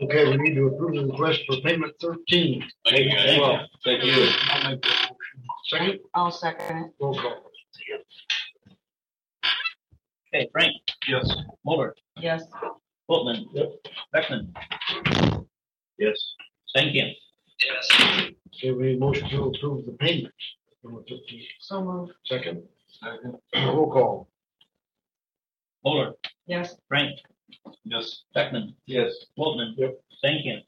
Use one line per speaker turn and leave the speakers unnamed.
Okay, we need to approve the request for payment thirteen.
Thank you, guys.
Well,
Thank you.
I'll make that motion. Second,
I'll second it.
roll call.
Okay, Frank,
Yes.
Mulder,
Yes,
Boltman.
Yep.
Beckman,
Yes.
Stankin.
Okay, we need a motion to approve the payment. Number thirteen,
so moved.
second. Second. Roll call.
Mulder,
Yes,
Frank,
Yes.
Beckman,
Yes.
Boltman.
Yep.
Stankin.